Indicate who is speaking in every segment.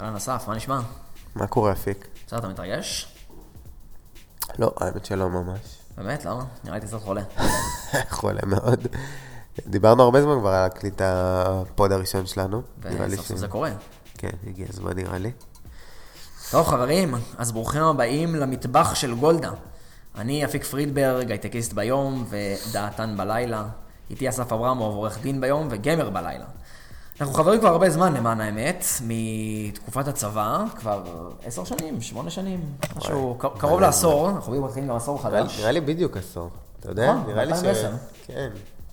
Speaker 1: אהלן אסף, מה נשמע?
Speaker 2: מה קורה, אפיק?
Speaker 1: בסדר, אתה מתרגש?
Speaker 2: לא, האמת שלא ממש.
Speaker 1: באמת, למה? נראה לי אתה קצת חולה.
Speaker 2: חולה מאוד. דיברנו הרבה זמן כבר על הקליט הפוד הראשון שלנו. נראה לי
Speaker 1: וסוף סוף זה קורה.
Speaker 2: כן, הגיע הזמן נראה לי.
Speaker 1: טוב, חברים, אז ברוכים הבאים למטבח של גולדה. אני אפיק פרידברג, הייטקיסט ביום ודעתן בלילה. איתי אסף אברמוב, עורך דין ביום וגמר בלילה. אנחנו חברים כבר הרבה זמן, למען האמת, מתקופת הצבא, כבר עשר שנים, שמונה שנים, משהו ק- קרוב לעשור, אנחנו בדיוק מתחילים גם עשור
Speaker 2: נראה-
Speaker 1: חדש.
Speaker 2: נראה לי בדיוק עשור. אתה יודע?
Speaker 1: נכון,
Speaker 2: נראה לי ש...
Speaker 1: 2010.
Speaker 2: כן.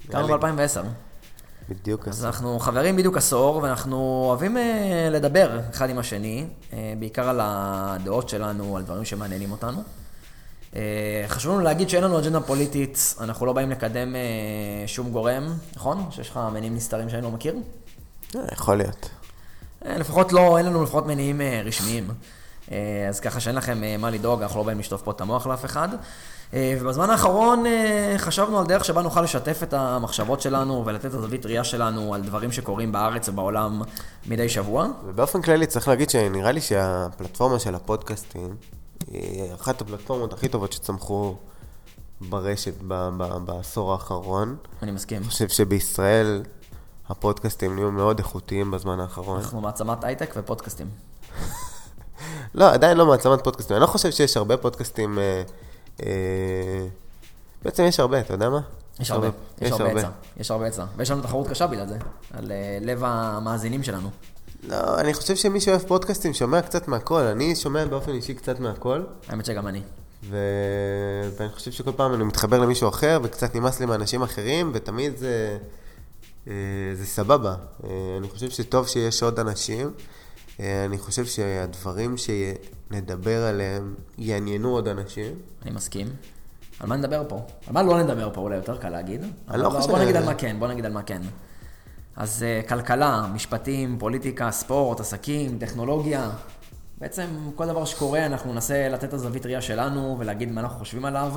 Speaker 2: נראה לי
Speaker 1: הכרנו ב-2010.
Speaker 2: בדיוק
Speaker 1: אז
Speaker 2: עשור.
Speaker 1: אנחנו חברים בדיוק עשור, ואנחנו אוהבים אה, לדבר אחד עם השני, אה, בעיקר על הדעות שלנו, על דברים שמעניינים אותנו. אה, חשוב לנו להגיד שאין לנו אג'נדה פוליטית, אנחנו לא באים לקדם אה, שום גורם, נכון? שיש לך מניעים נסתרים שאני לא מכיר?
Speaker 2: אה, יכול להיות.
Speaker 1: אה, לפחות לא, אין לנו לפחות מניעים אה, רשמיים. אה, אז ככה שאין לכם אה, מה לדאוג, אנחנו לא באים לשטוף פה את המוח לאף אחד. אה, ובזמן האחרון אה, חשבנו על דרך שבה נוכל לשתף את המחשבות שלנו ולתת את הזווית ראייה שלנו על דברים שקורים בארץ ובעולם מדי שבוע.
Speaker 2: ובאופן כללי צריך להגיד שנראה לי שהפלטפורמה של הפודקאסטים היא אחת הפלטפורמות הכי טובות שצמחו ברשת ב- ב- בעשור האחרון.
Speaker 1: אני מסכים.
Speaker 2: אני חושב שבישראל הפודקאסטים נהיו מאוד איכותיים בזמן האחרון.
Speaker 1: אנחנו מעצמת הייטק ופודקאסטים.
Speaker 2: לא, עדיין לא מעצמת פודקאסטים. אני לא חושב שיש הרבה פודקאסטים... אה, אה, בעצם יש הרבה, אתה יודע מה?
Speaker 1: יש הרבה, יש הרבה עצה, יש הרבה עצה. ויש לנו תחרות קשה בגלל זה, על אה, לב המאזינים שלנו.
Speaker 2: לא, אני חושב שמי שאוהב פודקאסטים שומע קצת מהכל. אני שומע באופן אישי קצת מהכל,
Speaker 1: האמת שגם אני.
Speaker 2: ו... ואני חושב שכל פעם אני מתחבר למישהו אחר, וקצת נמאס לי מאנשים אחרים, ותמיד זה, אה, זה סבבה. אה, אני חושב שטוב שיש עוד אנשים. אה, אני חושב שהדברים שנדבר עליהם יעניינו עוד אנשים.
Speaker 1: אני מסכים. על מה נדבר פה? על מה לא נדבר פה, אולי יותר קל להגיד. אבל
Speaker 2: לא
Speaker 1: בוא-
Speaker 2: חושב-
Speaker 1: בוא נגיד על מה כן, בוא נגיד על מה כן. אז אה, כלכלה, משפטים, פוליטיקה, ספורט, עסקים, טכנולוגיה. בעצם כל דבר שקורה, אנחנו ננסה לתת את הזווית ראייה שלנו ולהגיד מה אנחנו חושבים עליו.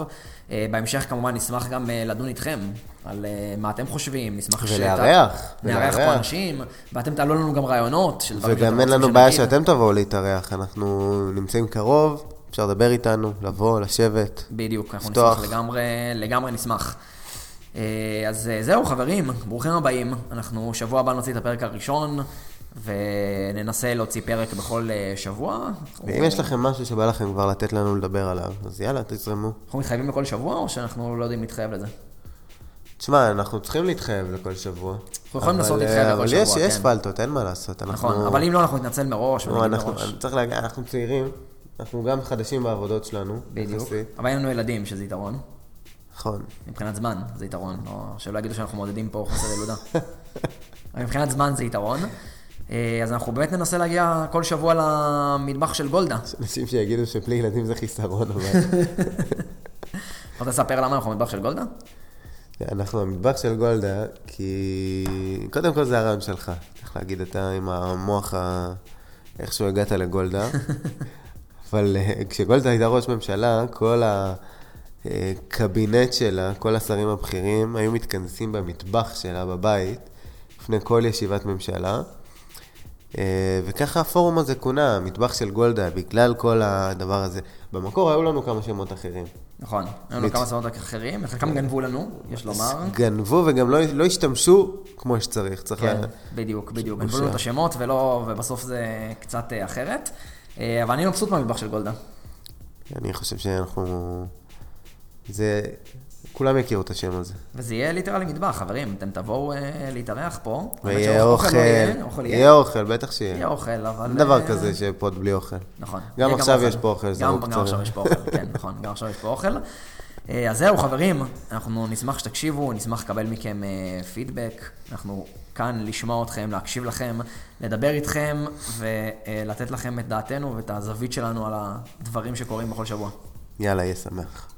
Speaker 1: אה, בהמשך כמובן נשמח גם אה, לדון איתכם על אה, מה אתם חושבים, נשמח
Speaker 2: ולארח,
Speaker 1: נארח פה
Speaker 2: ולארח.
Speaker 1: אנשים, ואתם תעלו לנו גם רעיונות של דברים שאתם
Speaker 2: וגם אין
Speaker 1: רוצים
Speaker 2: לנו בעיה
Speaker 1: שנגיד.
Speaker 2: שאתם תבואו להתארח, אנחנו נמצאים קרוב, אפשר לדבר איתנו, לבוא, לשבת.
Speaker 1: בדיוק, אנחנו
Speaker 2: לפתוח.
Speaker 1: נשמח לגמרי, לגמרי נשמח. אה, אז אה, זהו חברים, ברוכים הבאים. אנחנו שבוע הבא נוציא את הפרק הראשון, וננסה להוציא פרק בכל אה, שבוע.
Speaker 2: ואם יש לכם משהו שבא לכם כבר לתת לנו לדבר עליו, אז יאללה, תזרמו.
Speaker 1: אנחנו מתחייבים לכל שבוע, או שאנחנו לא יודעים להתחייב לזה?
Speaker 2: תשמע, אנחנו צריכים להתחייב לכל שבוע.
Speaker 1: אנחנו יכולים
Speaker 2: אבל,
Speaker 1: לנסות
Speaker 2: אה,
Speaker 1: להתחייב לכל שבוע,
Speaker 2: אבל יש- יש
Speaker 1: כן.
Speaker 2: פלטות, אין מה לעשות. אנחנו-
Speaker 1: נכון, אבל אם לא, אנחנו נתנצל מראש,
Speaker 2: נו,
Speaker 1: ונגיד
Speaker 2: אנחנו-
Speaker 1: מראש.
Speaker 2: אני צריך להגיד, אנחנו צעירים, אנחנו גם חדשים בעבודות שלנו.
Speaker 1: בדיוק.
Speaker 2: יחסית.
Speaker 1: אבל אין לנו ילדים, שזה יתרון.
Speaker 2: נכון.
Speaker 1: מבחינת זמן זה יתרון, או שלא יגידו שאנחנו מעודדים פה חוסר ילודה. אבל מבחינת זמן זה יתרון. אה, אז אנחנו באמת ננסה להגיע כל שבוע למטבח של גולדה.
Speaker 2: יש אנשים שיגידו שבלי ילדים זה חיסרון, אבל...
Speaker 1: רוצה לספר למה אנחנו מטבח של גולדה?
Speaker 2: אנחנו במטבח של גולדה, כי קודם כל זה הרעיון שלך. צריך להגיד, אתה עם המוח ה... איכשהו הגעת לגולדה. אבל אה, כשגולדה הייתה ראש ממשלה, כל הקבינט שלה, כל השרים הבכירים, היו מתכנסים במטבח שלה בבית, לפני כל ישיבת ממשלה. אה, וככה הפורום הזה כונה, המטבח של גולדה, בגלל כל הדבר הזה. במקור היו לנו כמה שמות אחרים.
Speaker 1: נכון. היו לנו כמה סרטות אחרים, חלקם גנבו לנו, יש לומר.
Speaker 2: גנבו וגם לא, לא השתמשו כמו שצריך. צריך
Speaker 1: כן,
Speaker 2: לה...
Speaker 1: בדיוק, בדיוק.
Speaker 2: בושה.
Speaker 1: גנבו לנו את השמות, ולא, ובסוף זה קצת אה, אחרת. אה, אבל אני מבסוט מהמטבח של גולדה.
Speaker 2: אני חושב שאנחנו... זה... כולם יכירו את השם הזה.
Speaker 1: וזה יהיה ליטרלי מטבח, חברים, אתם תבואו אה, להתארח פה. האמת
Speaker 2: ויהיה
Speaker 1: שאוכל
Speaker 2: אוכל,
Speaker 1: לא יהיה, אוכל יהיה.
Speaker 2: יהיה אוכל, בטח שיהיה.
Speaker 1: יהיה אוכל, אבל...
Speaker 2: אין דבר
Speaker 1: אה,
Speaker 2: כזה שיהיה פוד בלי אוכל.
Speaker 1: נכון.
Speaker 2: גם
Speaker 1: יהיה
Speaker 2: עכשיו יש פה אוכל, זה
Speaker 1: גם,
Speaker 2: לא
Speaker 1: גם
Speaker 2: קצר.
Speaker 1: עכשיו יש פה אוכל, כן, נכון, גם עכשיו יש פה אוכל. אה, אז זהו, חברים, אנחנו נשמח שתקשיבו, נשמח לקבל מכם אה, פידבק. אנחנו כאן לשמוע אתכם, להקשיב לכם, לדבר איתכם אה, ולתת לכם את דעתנו ואת הזווית שלנו על הדברים שקורים בכל שבוע.
Speaker 2: יאללה, יהיה שמח.